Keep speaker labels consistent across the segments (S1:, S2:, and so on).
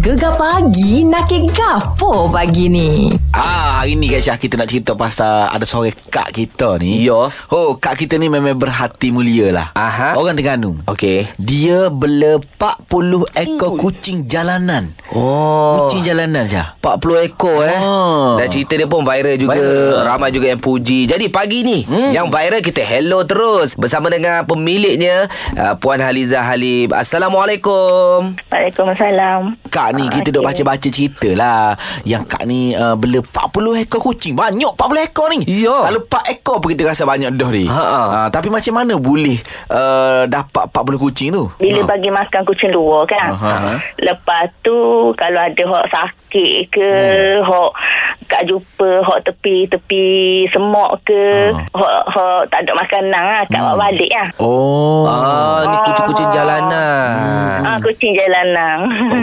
S1: Gegar pagi nak ke gapo pagi ni?
S2: Ah, hari ni Kak Syah kita nak cerita pasal ada seorang kak kita ni.
S3: Ya.
S2: Oh, kak kita ni memang berhati mulia lah.
S3: Aha.
S2: Orang Terengganu.
S3: Okey.
S2: Dia bela 40 ekor kucing jalanan.
S3: Oh.
S2: Kucing jalanan Syah.
S3: 40 ekor eh.
S2: Oh.
S3: Dan cerita dia pun viral juga.
S2: Viral.
S3: Ramai juga yang puji. Jadi pagi ni hmm. yang viral kita hello terus bersama dengan pemiliknya uh, Puan Haliza Halim. Assalamualaikum.
S4: Waalaikumsalam.
S2: Kak ni
S4: Ah,
S2: kita duk
S4: okey.
S2: baca-baca cerita lah Yang kak ni uh, bela 40 ekor kucing Banyak 40 ekor ni
S3: Ya.
S2: Kalau 4 ekor pun kita rasa banyak dah ni
S3: Ha, ha.
S2: Ah, Tapi macam mana boleh uh, dapat 40 kucing tu?
S4: Bila bagi makan kucing luar kan.
S2: Oh. Aha.
S4: Lepas tu kalau ada hok sakit ke,
S2: Hmm.
S4: hok kat jumpa hok tepi-tepi semak ke,
S2: Ah. Hmm.
S4: hok hok tak ada makanan ah, kat bawa balik ah.
S2: Oh,
S3: Ah, ni kucing-kucing jalanan.
S2: Hmm.
S4: Ah kucing jalanan.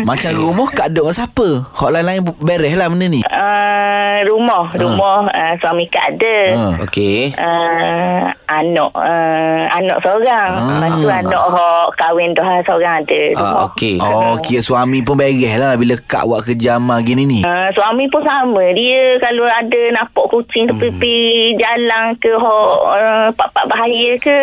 S2: Macam rumah kak duk dengan siapa? Hak lain-lain beres lah benda ni
S4: Ah rumah, rumah ah, suami kat ada.
S3: Hmm.
S2: Ah.
S3: Okey.
S4: Uh, anak uh, anak seorang
S2: Ah.
S4: lepas tu anak hok kahwin dah seorang ada rumah.
S3: Ah, okey.
S2: Oh, kira suami pun beres lah bila kak buat kerja amal gini ni.
S4: Uh, suami pun sama. Dia kalau ada nampak kucing
S2: Hmm.
S4: tepi-tepi jalan ke hok uh, pak-pak bahaya ke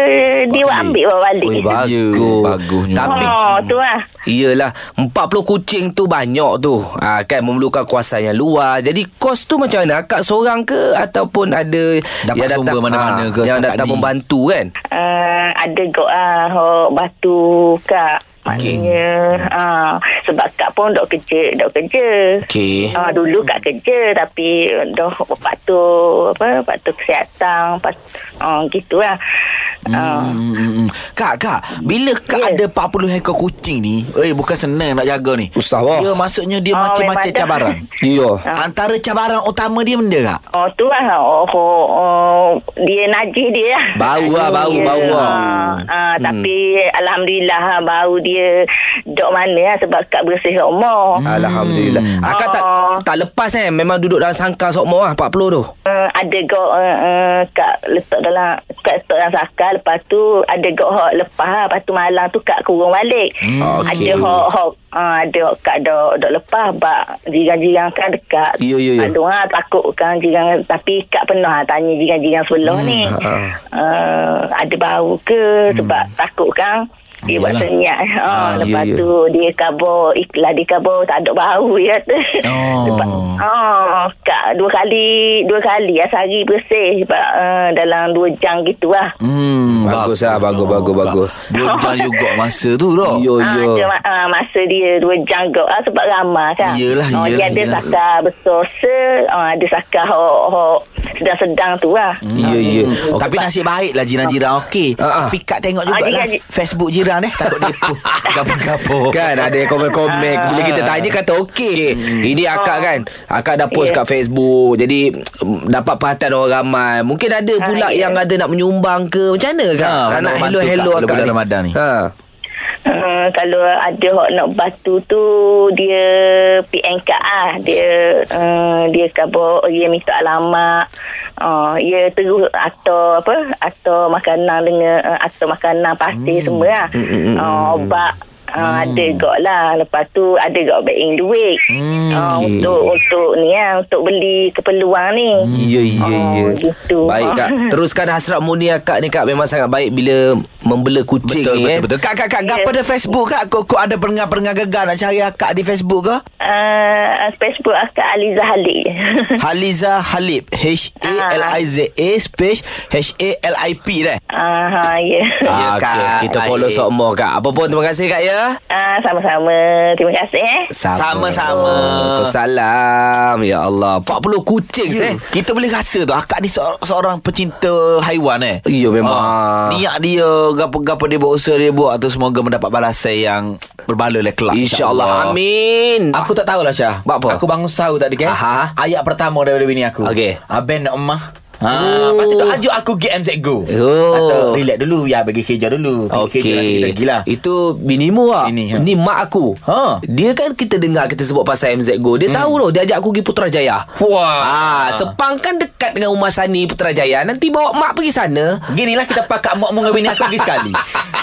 S4: dia
S2: Balik.
S4: buat ambil bawa balik.
S3: Oi, bagus.
S2: Ya, bagusnya.
S3: Tapi
S4: oh, tu lah.
S3: Iyalah 40 kucing tu banyak tu ha, Kan memerlukan kuasaan yang luar Jadi kos tu macam mana Akak seorang ke Ataupun ada
S2: Dapat
S3: yang
S2: sumber mana-mana
S3: ah,
S2: ke
S3: Yang
S2: setakat
S3: datang
S2: ni?
S3: membantu kan
S4: Uh, ada gok ah hok batu kak. Maknanya ah sebab kak pun dok kerja, dok kerja.
S3: Okey
S4: Ah, dulu kat kerja tapi dah patuh apa patuh kesihatan pat, ah, gitulah. Ah.
S2: Hmm, hmm, hmm. Kak, kak, bila kak
S4: Ya.
S2: ada 40 ekor kucing ni, eh bukan senang nak jaga ni.
S3: Usah wah.
S2: Ya, maksudnya dia
S4: Oh,
S2: macam-macam
S4: memang Ah. dah.
S2: cabaran.
S3: Iya
S2: Antara cabaran utama dia benda kak?
S4: Oh tu lah oh, oh, oh, Dia najis dia lah
S3: Bau lah, bau,
S4: Dia,
S3: bau lah.
S4: ah, ah, Tapi Alhamdulillah ah, Bau dia Dok mana lah Sebab kat bersih rumah hmm.
S3: Alhamdulillah Akak tak
S4: Oh.
S3: tak lepas eh Memang duduk dalam sangkar sokmo lah 40 tu
S4: uh, Ada gok uh, uh, Kat letak dalam Kat letak dalam sakar Lepas tu Ada gok hok lepas lah. Lepas tu malam tu Kat kurung balik
S3: Hmm.
S4: Ada
S3: Okey.
S4: hok hok uh, Ada hok kat dok, dok lepas Bak jiran-jiran kan dekat
S3: Ya, ya, ya.
S4: Aduh ha, takut kan jiran Tapi Kak pernah ha, tanya jiran-jiran sebelah hmm. ni
S3: ha, ha.
S4: uh, Ada bau ke Sebab takut kan dia buat
S2: Yalah.
S4: senyap
S3: Hmm. Ah,
S4: ha, Lepas
S3: ya, ya.
S4: tu Dia kabur Iklan dia kabur Tak ada bau ya tu
S2: Oh.
S4: Lepas, oh Kak dua kali Dua kali lah Sehari bersih Sebab uh, Dalam dua jam gitu lah
S2: Hmm,
S3: Bagus lah, bagus, bagus, bagus.
S2: Bojang juga masa tu tu.
S3: Yo
S4: Ah,
S3: yo
S4: dia, ah, masa dia dua jam kot ah, sebab ramah kan.
S2: Yelah,
S4: oh,
S2: yelah,
S4: Dia ada
S2: yelah.
S4: sakar besar se, ah, ada sakar hok hok sedang-sedang tu lah. Hmm.
S3: Ya ya
S2: Okay. Tapi nasib baik lah jiran-jiran okey.
S3: Ah, ah.
S2: Tapi kak tengok
S4: Ah,
S2: jugalah
S4: jiran-
S2: Facebook jiran eh. Takut dia pun gapo-gapo.
S4: Oh.
S3: Kan ada yang komen-komen
S4: Ah.
S3: Bila kita tanya kata okey hmm. Ini akak kan Akak dah post yeah.
S4: Ya.
S3: kat Facebook Jadi mm, Dapat perhatian orang ramai Mungkin ada pula
S4: ya.
S3: yang ada nak menyumbang ke Macam mana kak?
S2: Ha,
S3: Ha, nak
S2: nak bantu
S3: hello-hello
S2: Kak
S3: akak
S2: bila bulan Ramadan ni.
S3: ha.
S4: Uh, kalau ada hok nak batu tu dia PM kat ah dia uh, dia kabur dia minta alamat uh, dia terus atau apa atau makanan dengan uh, atau makanan pasir hmm. semua lah uh, obat Uh, hmm. ada gak lah lepas tu ada gak baik duit hmm, uh,
S3: okey.
S4: untuk untuk ni lah untuk beli keperluan ni
S3: Ya ya
S4: Oh,
S3: ya
S4: gitu.
S3: Baik kak Teruskan hasrat murni akak ni kak Memang sangat baik Bila membela kucing
S2: Betul,
S3: ni
S2: betul,
S3: eh.
S2: betul. Kak, kak, kak, gapo ada Facebook kak? Kok, kok ada perengah-perengah gegar nak cari akak di Facebook ke?
S3: Hmm?
S4: uh, Facebook akak Aliza Halik
S2: Haliza Halib H A L I Z
S3: Ah.
S2: A space H A L I P dah.
S4: uh, ha, ya yeah.
S2: Ya,
S3: Ah,
S2: Kak.
S3: okey. Kita follow
S2: Baik.
S3: sok more kak Apa pun terima kasih kak ya
S4: Ah, sama-sama. Terima kasih eh.
S2: Sama-sama.
S3: Salam Ya Allah 40 kucing
S2: Ya,
S3: eh
S2: Kita boleh rasa tu Akak ni seorang, seorang pecinta haiwan eh
S3: Ya, memang.
S2: Ah, Niat dia Gapa-gapa dia buat usaha dia buat tu Semoga mendapat balasan yang Berbaloi oleh kelak
S3: InsyaAllah Amin
S5: Aku tak tahulah Syah
S3: Buat apa?
S5: Aku bangun sahur tadi kan
S3: Aha.
S5: Ayat pertama daripada bini aku
S3: Okey.
S5: Abang nak emah
S2: Ha, lepas tu duk ajuk aku GM cikgu.
S3: Oh.
S2: Atau relax dulu ya bagi kerja dulu. Kerja nanti kita pergi lah.
S3: Itu binimu lah
S2: Bini, ha.
S3: Bini, Ni mak aku
S2: Ha.
S3: Dia kan kita dengar Kita sebut pasal MZ Go Dia hmm. tahu loh Dia ajak aku pergi Putrajaya
S2: Wah.
S3: ah, Sepang kan dekat dengan rumah Sani Putrajaya Nanti bawa mak pergi sana
S2: Ginilah kita pakat mak mu dengan bini aku pergi sekali.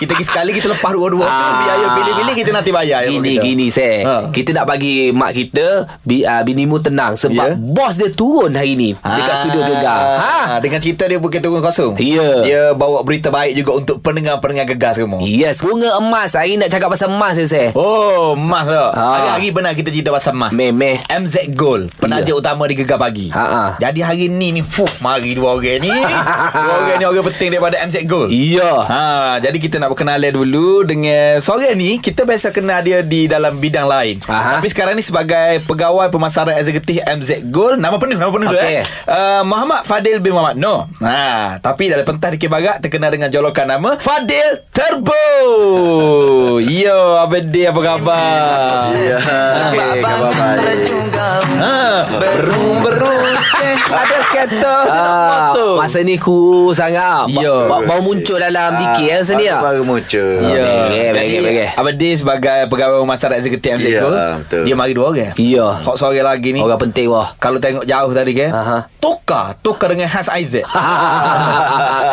S2: Kita pergi sekali kita lepas dua-dua. Ah. Biaya pilih-pilih kita nanti bayar. ya,
S3: Gini
S2: kita.
S3: gini saya
S2: Ha.
S3: Kita nak bagi mak kita bi, uh, Binimu tenang Sebab
S2: Ya.
S3: bos dia turun hari ni Dekat studio Gegar ha.
S2: Ah. ha. Dengan cerita dia bukan turun kosong
S3: Ya.
S2: Dia bawa berita baik juga Untuk pendengar-pendengar gegar semua
S3: Yes Bunga emas Hari ni nak cakap pasal emas saya saya
S2: Oh Mas tak
S3: Ha.
S2: Hari-hari benar kita cerita pasal Mas
S3: Memeh.
S2: MZ Gold Penaja
S3: Ya.
S2: utama di Gegar Pagi
S3: Ha, ha.
S2: Jadi hari ni ni Fuh mari dua orang ni Dua orang ni orang penting daripada MZ Gold
S3: Ya. Iya
S2: Ha, jadi kita nak berkenalan dulu dengan seorang ni kita biasa kenal dia di dalam bidang lain.
S3: Aha.
S2: Tapi sekarang ni sebagai pegawai pemasaran eksekutif MZ Gold, nama penuh nama penuh
S3: Okey.
S2: okay. eh. Uh, Muhammad Fadil bin Muhammad No. Ha, tapi dalam pentas di Kibagak terkenal dengan jolokan nama Fadil Turbo. Yo, apa dia apa khabar? Ya.
S6: Okey, khabar baik.
S2: Ha, berung berung eh, ada kereta, ada
S3: Ah,
S2: motor.
S3: masa ni ku sangat ah. ba-
S2: Ya.
S3: ba- Baru muncul
S7: Ah,
S3: dalam dikit
S2: eh,
S3: ya Sini ya
S6: Baru muncul.
S3: Ya. Bagai,
S2: Jadi
S3: bagai, bagai.
S2: Abadi sebagai pegawai pemasaran eksekutif MZ
S6: Ya,
S2: yeah,
S6: betul.
S2: Dia mari dua orang
S3: Ya.
S2: Hak seorang lagi ni
S3: Orang penting wah
S2: Kalau tengok jauh tadi kan
S3: Aha.
S2: Tukar Tukar dengan Has Isaac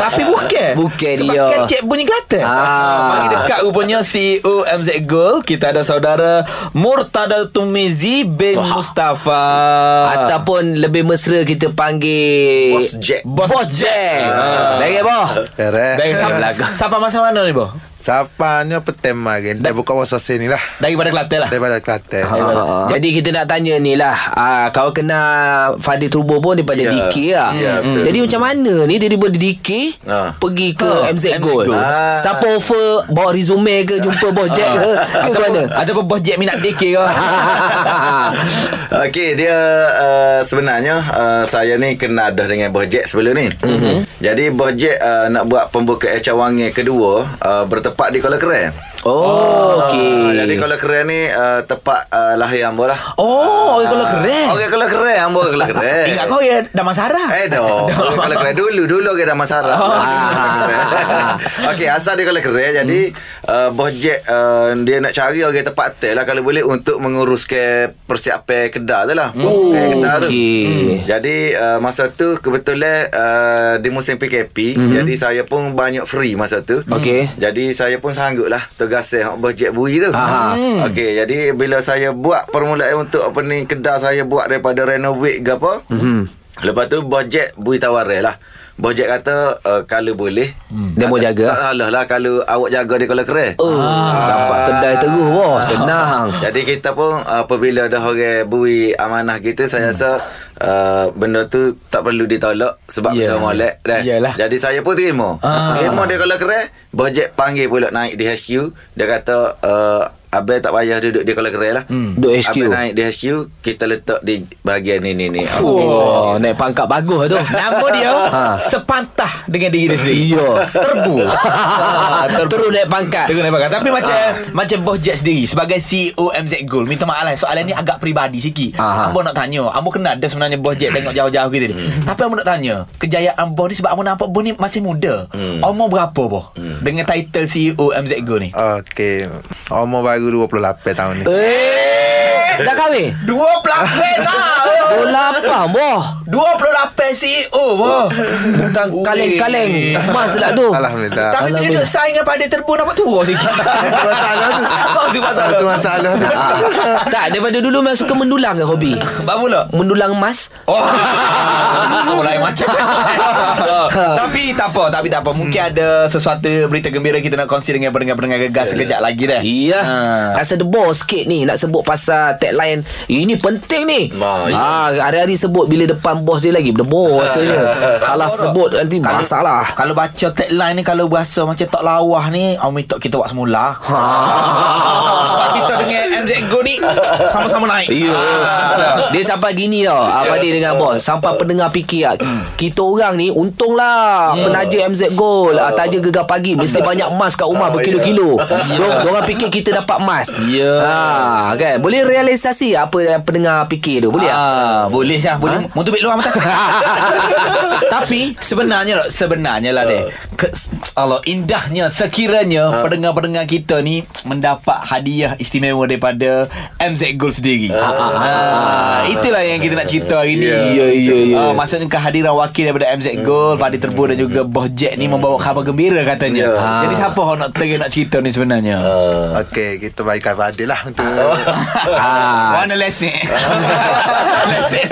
S2: Tapi bukan
S3: Bukan
S2: Sebab
S3: dia.
S2: kan cik bunyi Kelantan
S3: Ah.
S2: Mari dekat rupanya E CEO MZ Gold Kita ada saudara Murtada Tumizi bin Mustafa Ah.
S3: Ataupun lebih mesra kita panggil
S6: Bos Jack.
S3: Bos, Bos Jack ah. Lagi boh
S8: eh?
S2: Dari
S6: Keren.
S2: sampai,
S3: belakang.
S2: sampai masa mana ni boh?
S6: Sapannya petema kan. Dah buka wasa sini lah.
S2: Daripada Kelantan lah
S6: Daripada Kelantan.
S3: Ah. Jadi kita nak tanya ni lah ah, Kau kenal Fadil Turbo pun Daripada
S6: Ya.
S3: yeah. DK lah
S6: Ya, betul.
S3: Jadi macam mana ni Tiba-tiba dari DK
S6: Ah.
S3: Pergi ke
S2: Ah,
S3: MZ
S2: MZ
S3: Gold
S2: Gold.
S6: Ah.
S3: Siapa offer Bawa resume ke Jumpa Bos Jack ke Ke Macam mana
S2: Ataupun bos Jack minat DK ke
S7: Okey, dia uh, sebenarnya uh, saya ni kenal dah dengan Bos Jack sebelum ni. Mm-hmm.
S2: Mhm.
S7: Jadi Bos Jack uh, nak buat pembukaan cawangan kedua uh, bertepat di Kuala Keren.
S3: Oh
S7: Ah,
S3: okay.
S7: jadi Kuala Keren ni uh, tepat uh, lahir ambo lah.
S2: Oh, orang Kuala Keren.
S7: Okey, Kuala Keren ambo Kuala Keren.
S2: Ingat kau ya Damas Sarah.
S7: Eh dah Orang Kuala Kerai dulu Dulu ke dah masalah
S3: Ah.
S7: Okey asal dia Kuala Kerai Jadi uh, Bos Jack uh, Dia nak cari orang tempat hotel lah Kalau boleh untuk mengurus ke Persiapan kedai tu lah
S3: Oh,
S7: Eh, kedai tu
S3: okey.
S7: Hmm. Jadi uh, masa tu Kebetulan uh, Di musim PKP Jadi saya pun banyak free masa tu
S3: Mhm. Okey.
S7: Jadi saya pun sanggup lah Tugasnya hak Bos Jack bui tu Ha.
S3: Aha. Hmm.
S7: Okey jadi bila saya buat permulaan untuk apa ni kedai saya buat daripada renovate ke apa. Mm-hmm.
S3: Mhm.
S7: Lepas tu Bos Jack beri tawaran lah. Bos Jack kata uh, kalau boleh hmm.
S3: Dia mau jaga?
S7: Tak salah lah kalau awak jaga di Kuala Kerai.
S3: Oh, dapat kedai terus wah senang.
S7: Jadi kita pun uh, apabila dah orang beri amanah kita saya
S3: Hmm.
S7: rasa uh, benda tu tak perlu ditolak
S2: Ya.
S7: sebab yeah. benda molek dah.
S2: Yalah.
S7: Jadi saya pun terima.
S2: Ah.
S7: Ah. Terima dia kalau keren, Bojek panggil pula naik di HQ, dia kata uh, Abang tak payah duduk di kalau keren lah hmm.
S3: Duduk HQ.
S7: Abang naik di HQ Kita letak di bahagian ni ni ni
S3: Wah, naik pangkat bagus lah tu.
S2: Nama dia
S3: Ha.
S2: sepantah dengan diri dia sendiri.
S3: Iya.
S2: Terbu.
S3: Ah, Terus naik pangkat.
S2: Terus nampak. kan? Tapi macam macam Bos Jack sendiri sebagai E CEO MZ Gold. Minta maaf lah soalan ni agak peribadi sikit.
S3: Aha.
S2: Ambo nak tanya. Ambo kenal dah sebenarnya Bos Jack tengok jauh-jauh kita ni. Tapi ambo nak tanya, kejayaan Bos ni sebab ambo nampak Bos ni masih muda. Umur berapa Bos? Dengan title E CEO MZ Gold ni?
S8: Okey. Umur baru 28 tahun ni.
S3: Eh, dah kahwin?
S2: 28 tahun.
S3: Bola apa, wah.
S2: 28 CEO E Wah
S3: Bukan kaleng-kaleng emas lah tu.
S8: Alhamdulillah.
S2: Tapi bila duduk saing dengan pada terbu Nampak turun sikit Masalah tu Apa tu masalah
S8: Itu masalah.
S3: Ah. tak, daripada dulu memang suka mendulang ke hobi?
S2: Bab pula
S3: Mendulang emas?
S2: Oh, Aku lain macam Oh, Tapi tak apa Tapi tak apa Mungkin ada sesuatu Berita gembira kita nak kongsi Dengan pendengar-pendengar gegar Sekejap lagi dah
S3: Iya
S2: Ha.
S3: Ah. Rasa debor sikit ni Nak sebut pasal tagline Ini penting ni
S7: Ma, ya.
S3: ah, Hari-hari sebut Bila depan bos dia lagi Debor rasanya Salah
S2: Kalau-
S3: sebut nanti lah. Masalah
S2: Kalau baca tagline ni Kalau berasa macam tak lawah ni Orang minta kita buat semula Ha. Sebab kita dengan MZ Go ni Sama-sama naik Ah,
S3: Ya Dia sampai gini tau ah, Fadil dengan bos Sampai pendengar fikir ah, Kita orang ni Untunglah Penaja MZ Gold ah, Taja gegar pagi Mesti banyak emas kat rumah Berkilo-kilo Dor- Diorang fikir kita dapat emas Ya ah, kan? Boleh reali- sensasi apa yang pendengar fikir tu. Boleh tak?
S2: Ah, boleh Syah Boleh ha? Muntuk bit luar mata Tapi Sebenarnya lah Sebenarnya lah deh Ke, Allah Indahnya Sekiranya
S3: Ha.
S2: Pendengar-pendengar kita ni Mendapat hadiah istimewa Daripada MZ Gold sendiri
S3: Ha,
S2: ah, Itulah yang kita nak cerita hari ni
S3: Ya, ya, ya.
S2: Ah, Maksudnya kehadiran wakil Daripada MZ Gold Fadi Terbu dan juga
S3: Hmm.
S2: Boh Jack ni Membawa khabar gembira katanya
S7: Ya.
S3: Ah.
S2: Jadi siapa orang nak terik nak cerita ni sebenarnya
S8: Okey, kita baikkan Fadil lah untuk
S2: Ah, Warna lesik Lesik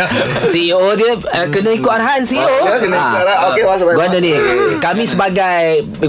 S3: CEO dia uh, kena ikut arahan CEO.
S7: Ya, kena ikut
S3: Ah.
S7: arahan. Okey, masuk,
S3: Gua
S7: masuk.
S3: ada ni. Kami sebagai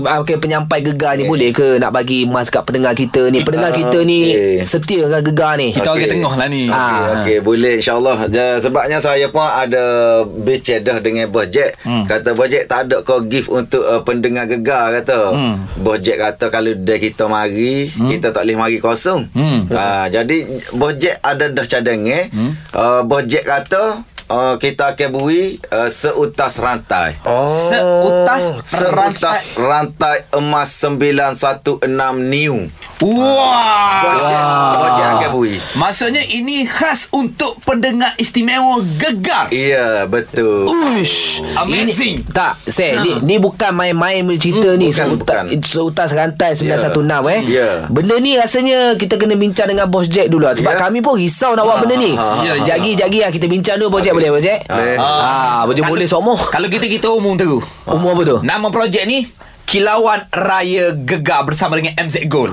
S3: ah, okay, penyampai gegar ni boleh ke nak bagi emas kat pendengar kita ni? Pendengar kita ni
S7: Ah, Okey.
S3: setia dengan gegar ni.
S2: Kita orang tengah lah ni
S3: Ah.
S7: Okey, okey, boleh insyaAllah Ja- Sebabnya saya pun ada bercedah dengan Bojek hmm. Kata Bojek tak ada kau gift untuk uh, pendengar gegar kata hmm. Bojek kata kalau dia kita mari hmm. Kita tak boleh mari kosong hmm. ha, Jadi Bojek ada dah cadangan hmm. uh, Bojek kata uh, kita akan beri uh, seutas rantai
S2: Oh. Seutas
S7: Serantas rantai emas 916 new
S2: Wah
S7: Bojek, Bojek akan beri
S2: Maksudnya ini khas untuk pendengar istimewa gegar
S7: Iya betul
S3: Ush.
S2: Amazing
S3: Ini, tak, saya ni, ni bukan main-main punya cerita ni.
S7: bukan,
S3: Seutas,
S7: bukan. Ya.
S3: seutas rantai 916 yeah. eh.
S7: Yeah.
S3: Benda ni rasanya kita kena bincang dengan Bos Jack dulu lah. Sebab
S7: Yeah.
S3: kami pun risau nak buat benda ni.
S7: Ah,
S2: ya, ya.
S3: Jagi-jagi lah kita bincang dulu Bos Jack boleh Bos Jack?
S8: Boleh.
S3: Ah, boleh boleh semua.
S2: Kalau kita kita umum terus
S3: Umur apa tu?
S2: Nama projek ni Kilauan Raya Gegar bersama dengan MZ Gold.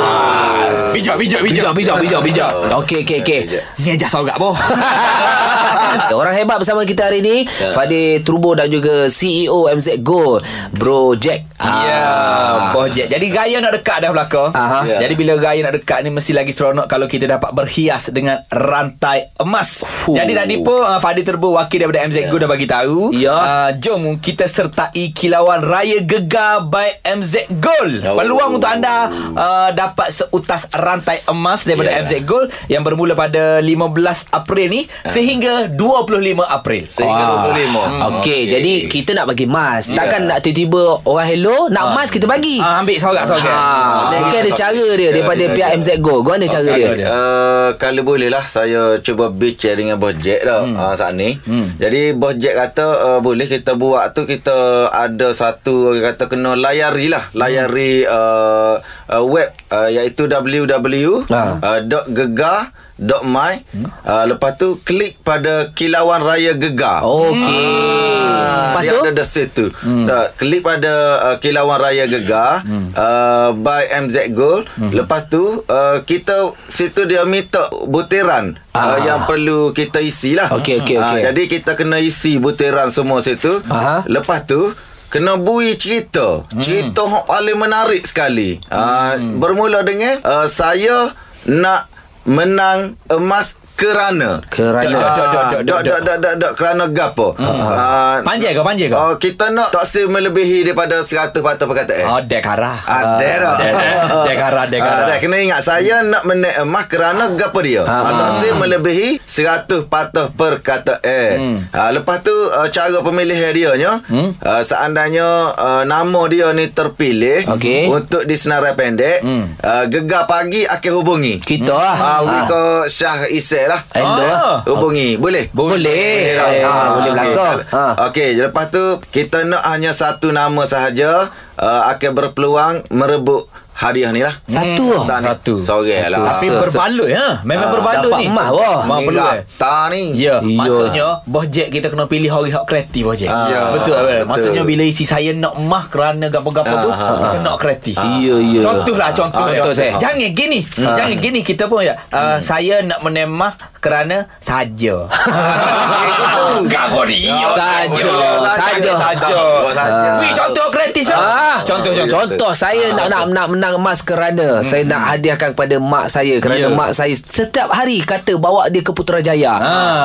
S2: Ah. Bijak, bijak, bijak.
S3: Bijak, bijak, bijak, bijak. Okey, okey, okey.
S2: Ni aja sorang boh.
S3: Orang hebat bersama kita hari ni
S2: Ya.
S3: Fadil Trubo dan juga E CEO MZ Gold Bro Jack
S2: Ya, Boh Jack. Jadi gaya nak dekat dah belaka.
S3: Ah. Aha.
S2: Ya. Jadi bila gaya nak dekat ni mesti lagi seronok kalau kita dapat berhias dengan rantai emas.
S3: Fuh.
S2: Jadi tadi pun uh, Fadi Terbu wakil daripada MZ Go dah bagi tahu.
S3: Ya.
S2: Uh, jom kita sertai kilauan raya gegar by MZ Gold.
S7: Oh.
S2: Peluang untuk anda uh, dapat seutas rantai emas daripada
S7: Ya.
S2: MZ Gold yang bermula pada 15 April ni sehingga 25 April.
S7: Sehingga
S2: Hmm.
S3: Okey,
S7: 25
S3: okay. jadi kita nak bagi mas. Takkan nak tiba-tiba orang hello nak mas kita bagi.
S2: Ya. Ah, ambil sorak-sorak.
S3: Ha, mungkin ada cara dia daripada pihak MZ Go. Kau ada cara dia.
S7: Uh, kalau boleh lah saya cuba bincang dengan Bos Jack dah hmm. uh, saat ni. Hmm. Jadi Bos Jack kata uh, boleh kita buat tu kita ada satu orang kata kena layari lah. Layari hmm. uh, uh, web uh, iaitu Ah. uh, www.gegar.my uh, lepas tu klik pada kilauan raya gegar.
S3: Okey.
S7: Ah,
S3: Lepas
S7: dia
S3: tu
S7: ada dah set tu. Hmm. Dah, klik pada uh, Kilauan Raya Gegar hmm. uh, by MZ Gold. Hmm. Lepas tu uh, kita situ dia minta butiran ah. uh, yang perlu kita isi lah.
S3: Okey, okey,
S7: Ah,
S3: okey.
S7: jadi kita kena isi butiran semua situ.
S3: Aha.
S7: Lepas tu Kena bui cerita
S2: Hmm.
S7: Cerita yang paling menarik sekali Ah, Bermula dengan uh, Saya nak menang emas kerana
S3: kerana
S2: Dok, dok, dok,
S7: Ah,
S2: dok, Hmm.
S7: Dok dok dok dok dok kerana gapo? Ah,
S2: Panjai kau, panjai kau.
S7: Oh, kita nak taksir melebihi daripada 100 patah perkataan.
S2: Oh, dekara.
S3: Ah,
S7: Ada dah.
S2: Ah, dekara, dekara.
S7: Ah, dah, kena ingat saya nak menaik emas kerana gapo dia. Ah, taksir melebihi 100 patah perkataan.
S3: Hmm.
S7: Ah, lepas tu ah, cara pemilihan dia nya ah, seandainya ah, nama dia ni terpilih
S3: Okey. Hmm.
S7: untuk disenarai pendek, ah, gegar pagi akan hubungi.
S3: kita lah.
S7: Ah, we
S3: Ah.
S7: ke Syah Isel lah.
S3: Endo
S2: Ah.
S3: lah.
S7: Hubungi Boleh?
S3: Boleh. Ah,
S7: lah. Ah,
S3: boleh
S7: okey.
S3: belakang. Ah.
S7: Okey Lepas tu Kita nak hanya satu nama sahaja uh, Akan berpeluang Merebut hadiah ni lah
S3: Satu
S7: Hmm, tak
S3: lah.
S7: ni.
S2: Satu.
S7: Sorang lah
S2: Tapi
S3: Rasa-
S2: berbaloi ya. Memang
S7: Ah,
S2: berbaloi
S3: dapat
S2: ni.
S3: emas, wah.
S2: Memang
S7: Ni
S2: perlu eh.
S7: gata ni
S2: Ya,
S3: Iya.
S2: maksudnya Bos Jack kita kena pilih hari hak kreatif Bos Jack.
S7: Ya,
S2: betul, betul.
S7: betul.
S2: Maksudnya bila isi saya nak mah kerana gapo-gapo tu
S7: Ah, ah,
S2: kita nak kreatif.
S3: Ya, ya.
S2: Contohlah contoh.
S3: Ah, contoh, saya.
S2: Jangan gini. Jangan gini kita pun ya. Uh, saya nak menemah kerana saja. Gapo ni.
S3: Saja, saja.
S2: Saja.
S7: Ya. Buat saja. Ah.
S2: Wih, contoh kreatif. so.
S3: Ah.
S2: Contoh
S7: ya.
S2: contoh.
S3: Contoh
S2: Ah,
S3: saya nak nak nak menang emas kerana saya nak hadiahkan kepada mak saya kerana
S2: Hmm, Ya.
S3: mak saya setiap hari kata bawa dia ke Putrajaya.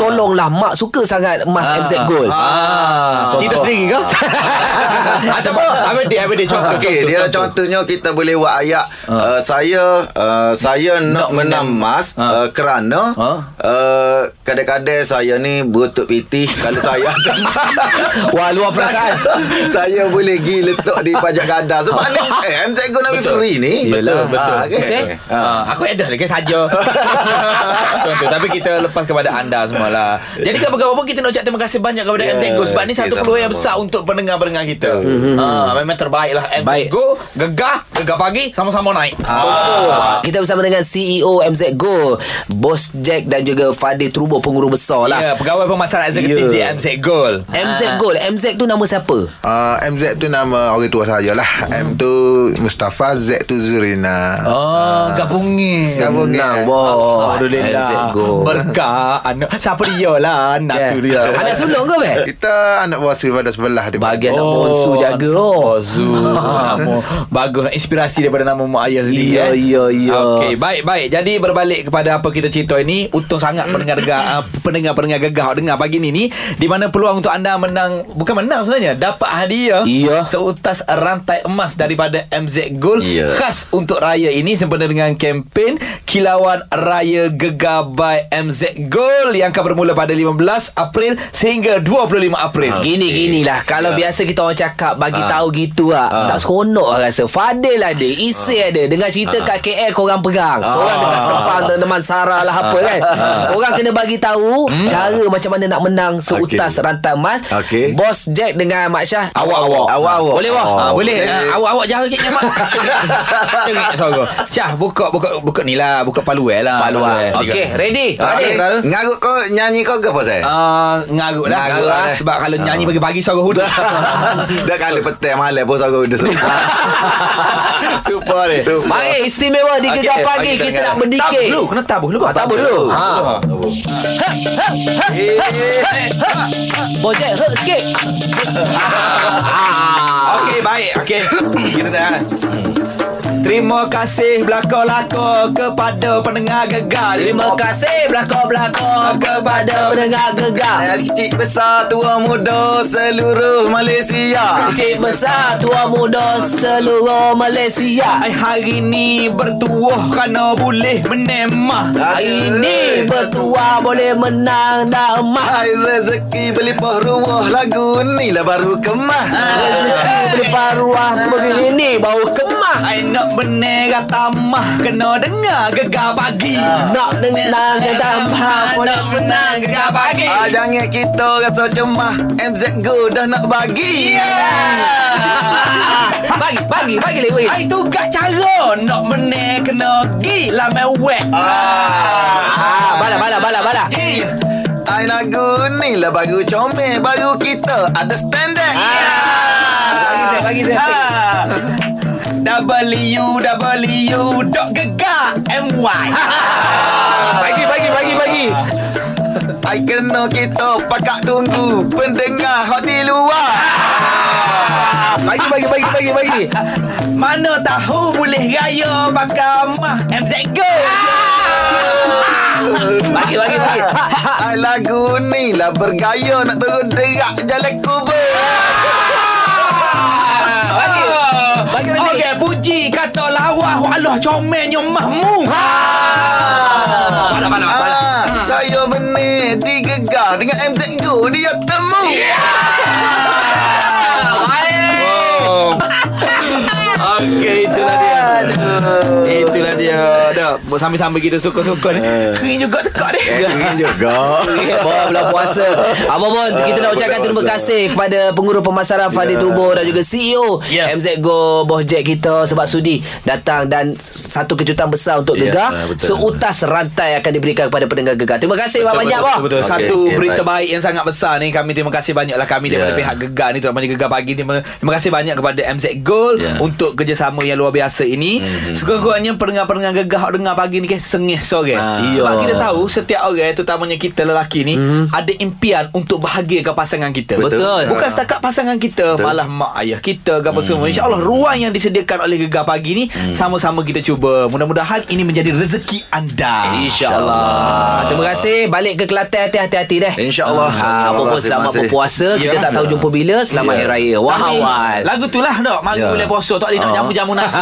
S3: Tolonglah mak suka sangat emas MZ Gold.
S2: Ah. Cerita sendiri ke? Atau apa? Apa dia? Apa dia? Contoh.
S7: Okey, dia contohnya kita boleh buat ayat uh, saya uh, saya nak menang emas uh, kerana
S2: Ah.
S7: uh, kadang-kadang saya ni berutut piti kalau saya ada emas.
S3: Wah luar perasaan.
S7: saya boleh pergi letak letak di pajak gada. Sebab ni eh, MZ Go Nabi Furi ni.
S2: Betul, betul.
S7: Ah, kan?
S3: Betul.
S2: Ah, aku edah lagi saja. Contoh tapi kita lepas kepada anda semualah. Jadi ke apa kita nak ucap terima kasih banyak kepada yeah,
S7: Ya,
S2: MZGO sebab ni
S7: okey,
S2: satu peluang yang
S7: sama-sama. Hmm,
S2: besar untuk pendengar-pendengar kita. Ah, memang terbaiklah
S3: Baik.
S2: MZGO gegah, gegah pagi sama-sama naik.
S3: Ah. Kita bersama dengan CEO MZ Go Bos Jack dan juga Fadil Trubo Pengurus
S2: Ya, Ah.
S3: besar lah
S2: yeah, pegawai pemasaran eksekutif
S3: Ya.
S2: yeah. di MZ Gold.
S3: MZ Gold MZ tu nama siapa?
S8: Uh, MZ tu nama orang tua saya lah. M tu Mustafa, Z tu Zurina.
S2: Oh, gabungin.
S8: Gabungin.
S3: Senang
S8: eh.
S7: Oh,
S3: bos
S2: Alhamdulillah.
S3: MZ Gold
S2: Berkah anak siapa dia lah anak tu dia.
S3: yeah. Anak sulung ke Bek?
S8: Kita anak buah daripada sebelah dia.
S3: Bahagian nak bonsu jaga oh.
S2: Bonsu Ah, Bagus Inspirasi daripada nama mak ayah sendiri
S3: Ya,
S2: eh.
S3: ya, ya.
S2: Okey baik baik Jadi berbalik kepada apa kita cerita ini Untung sangat ah, pendengar-pendengar Pendengar-pendengar gegah awak Dengar pagi ni ni Di mana peluang untuk anda menang Bukan menang sebenarnya Dapat hadiah
S3: Iya.
S2: Seutas rantai emas daripada MZ Gold
S7: Iya.
S2: Khas untuk raya ini Sempena dengan kempen Kilauan Raya Gegah by MZ Gold Yang akan bermula pada 15 April Sehingga 25 April Ya.
S3: Gini gini lah Kalau biasa kita orang cakap Bagi tahu gitu lah Tak seronok lah rasa Fadil ada Isi ada Dengar cerita kat KL Korang pegang Seorang dekat Sepang Teman Sarah lah apa kan Korang kena bagi tahu Cara macam mana nak menang Seutas
S7: Okey.
S3: rantai emas
S7: Okey.
S3: Bos Jack dengan Mak Syah
S2: Awak-awak.
S7: Awak-awak.
S3: Oh, Boleh wah
S2: Ah, boleh. Ah, awak-awak jangan kek nyamak. Cengik sorok. Syah, buka buka buka ni lah, buka palu eh lah.
S3: Paluan Ah. Okey ready
S2: Okey.
S3: Fadil
S2: Fadil.
S7: Ngarut kau nyanyi kau ke apa saya?
S2: Ah, ngarut lah.
S7: Ngarut lah.
S2: Sebab kalau
S3: eh.
S2: nyanyi pagi-pagi sorok hudu.
S7: Dah kali petang malam pun sorang dah sempat.
S2: Cuba ni.
S7: Super.
S3: Mari istimewa di
S2: Okey,
S3: Gegar pagi
S2: mari kita
S3: Kita
S2: dengar.
S3: nak berdikir
S2: Tabuh dulu, kena tabuh dulu.
S3: Ah, tabuh dulu. Ha. Bos Jack hurt sikit
S2: Ah. Okey, baik. Okey. Kita dah. Terima kasih belaka-laka kepada pendengar gegar.
S3: Terima kasih belakang-belakang kepada pendengar gegar.
S7: Saya kecil besar tua muda seluruh Malaysia.
S3: Kecil besar tua muda seluruh Malaysia.
S2: Ai hari ni bertuah kerana boleh menemah.
S3: Hari ini bertuah boleh menang dan emas.
S7: Hai rezeki berlimpah ruah lagu ni lah baru kemah.
S2: Ah.
S3: Rezeki berlimpah ruah begini bau kemah.
S2: I nak benera tamah Kena dengar gegar pagi
S3: Nak dengar tambah boleh menang gegar pagi.
S7: Ah, jangan kita rasa cemah MZ Go dah nak bagi
S2: Ya.
S3: Ah. Bagi, bagi, bagi lagi.
S2: I tukar cara Nak benar kena gi lah mewek
S3: Ah, bala, bala, bala, bala.
S2: Eh,
S7: Ai lagu ni lah baru comel Baru kita ada standard
S3: Bagi saya, bagi saya.
S2: ah. www.gegar.my
S3: Bagi, bagi, bagi, bagi.
S7: Ai kena kita pakak tunggu Pendengar hot di luar
S3: Bagi, bagi, bagi, bagi, bagi.
S2: Mana tahu boleh raya pakai mah MZ Go
S3: Ah. Bagi, bagi, bagi. Ha, ha.
S7: Ai lagu ni lah bergaya Nak turun derak jalan kubur
S3: Bagi. Bagi rezeki.
S2: Ah. Okey, puji kata lawa Allah comelnya mahmu. Ha. Bala, bala, bala.
S7: ah,
S3: Hmm.
S7: Saya benih digegar Dengan MZ Go dia temu
S2: Oh. Okey, itulah dia. Itulah dia. Dah, sambil-sambil kita suka-suka ni. Kering juga tekak ni.
S7: juga
S3: Abang bulan puasa Abang Bon Kita nak ucapkan
S7: Bulan
S3: terima
S7: puasa.
S3: kasih Kepada pengurus pemasaran Fadil Turbo Dan juga E CEO
S2: Ya.
S3: MZ Go Bos Jack kita Sebab sudi Datang dan Satu kejutan besar Untuk
S7: Ya,
S3: Gegar
S7: ah, betul.
S3: Seutas rantai Akan diberikan kepada pendengar Gegar Terima kasih Abang banyak
S2: betul,
S3: Abang
S2: betul, betul.
S7: Okey,
S2: Satu
S7: okey,
S2: berita
S7: baik.
S2: baik yang sangat besar ni Kami terima kasih banyaklah Kami daripada
S7: Ya.
S2: pihak Gegar ni Terutamanya Gegar Pagi Terima, terima kasih banyak kepada MZ Gold
S7: Ya. Mhm.
S2: Untuk kerjasama yang luar biasa ini mm-hmm. Sekurang-kurangnya pendengar-pendengar Gegar Hak dengar pagi ni kan Sengih sore
S7: Ah.
S2: Sebab
S7: Iya. Mhm.
S2: kita tahu Setiap orang eh, Terutamanya kita lelaki ni Ada impian Untuk bahagiakan pasangan kita
S3: Betul.
S2: Bukan setakat pasangan kita Betul. Malah mak ayah kita ke
S7: Hmm.
S2: apa semua InsyaAllah ruang yang disediakan oleh Gegar Pagi ni Sama-sama kita cuba Mudah-mudahan ini menjadi rezeki anda
S3: InsyaAllah Terima kasih Balik ke Kelantan hati- Hati-hati deh
S7: InsyaAllah.
S3: ha, Apa
S7: InsyaAllah,
S3: pun selamat
S7: terima kasih.
S3: berpuasa Kita
S2: Ya.
S3: tak tahu jumpa bila Selamat Hari Raya
S2: Tapi,
S3: Wahawan
S2: Lagu tu lah dok Mari
S7: Ya.
S2: yeah. boleh poso Tak boleh nak
S7: Ah. Ah.
S2: jamu-jamu nasi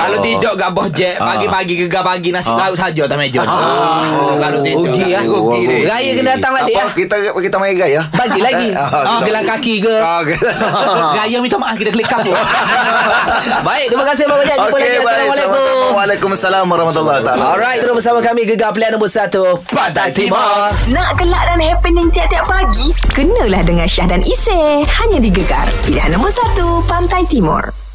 S2: Kalau tidak gak boh jek Pagi-pagi gegar pagi nasi laut saja atas meja.
S3: Oh,
S2: Kalau tidak.
S3: rugi ah.
S8: Rugi
S3: Rugi.
S8: dia.
S3: Raya kena datang balik
S8: Apa
S3: ah.
S8: kita kita main gaya?
S3: Bagi lagi.
S8: Ah,
S3: Gelang kaki ke.
S8: Ah, kita.
S2: Raya minta maaf kita klik kamu.
S3: Baik, terima kasih Abang Bajak. Jumpa lagi.
S8: Okey, baik.
S3: Assalamualaikum.
S8: Assalamualaikum. Waalaikumsalam warahmatullahi taala.
S3: Alright, terus bersama kami Gegar Pilihan nombor 1 Pantai Timur.
S1: Nak gelak dan happening tiap-tiap pagi? Kenalah dengan Syah dan Isy. Hanya di Gegar. Pilihan nombor 1, Pantai Timur.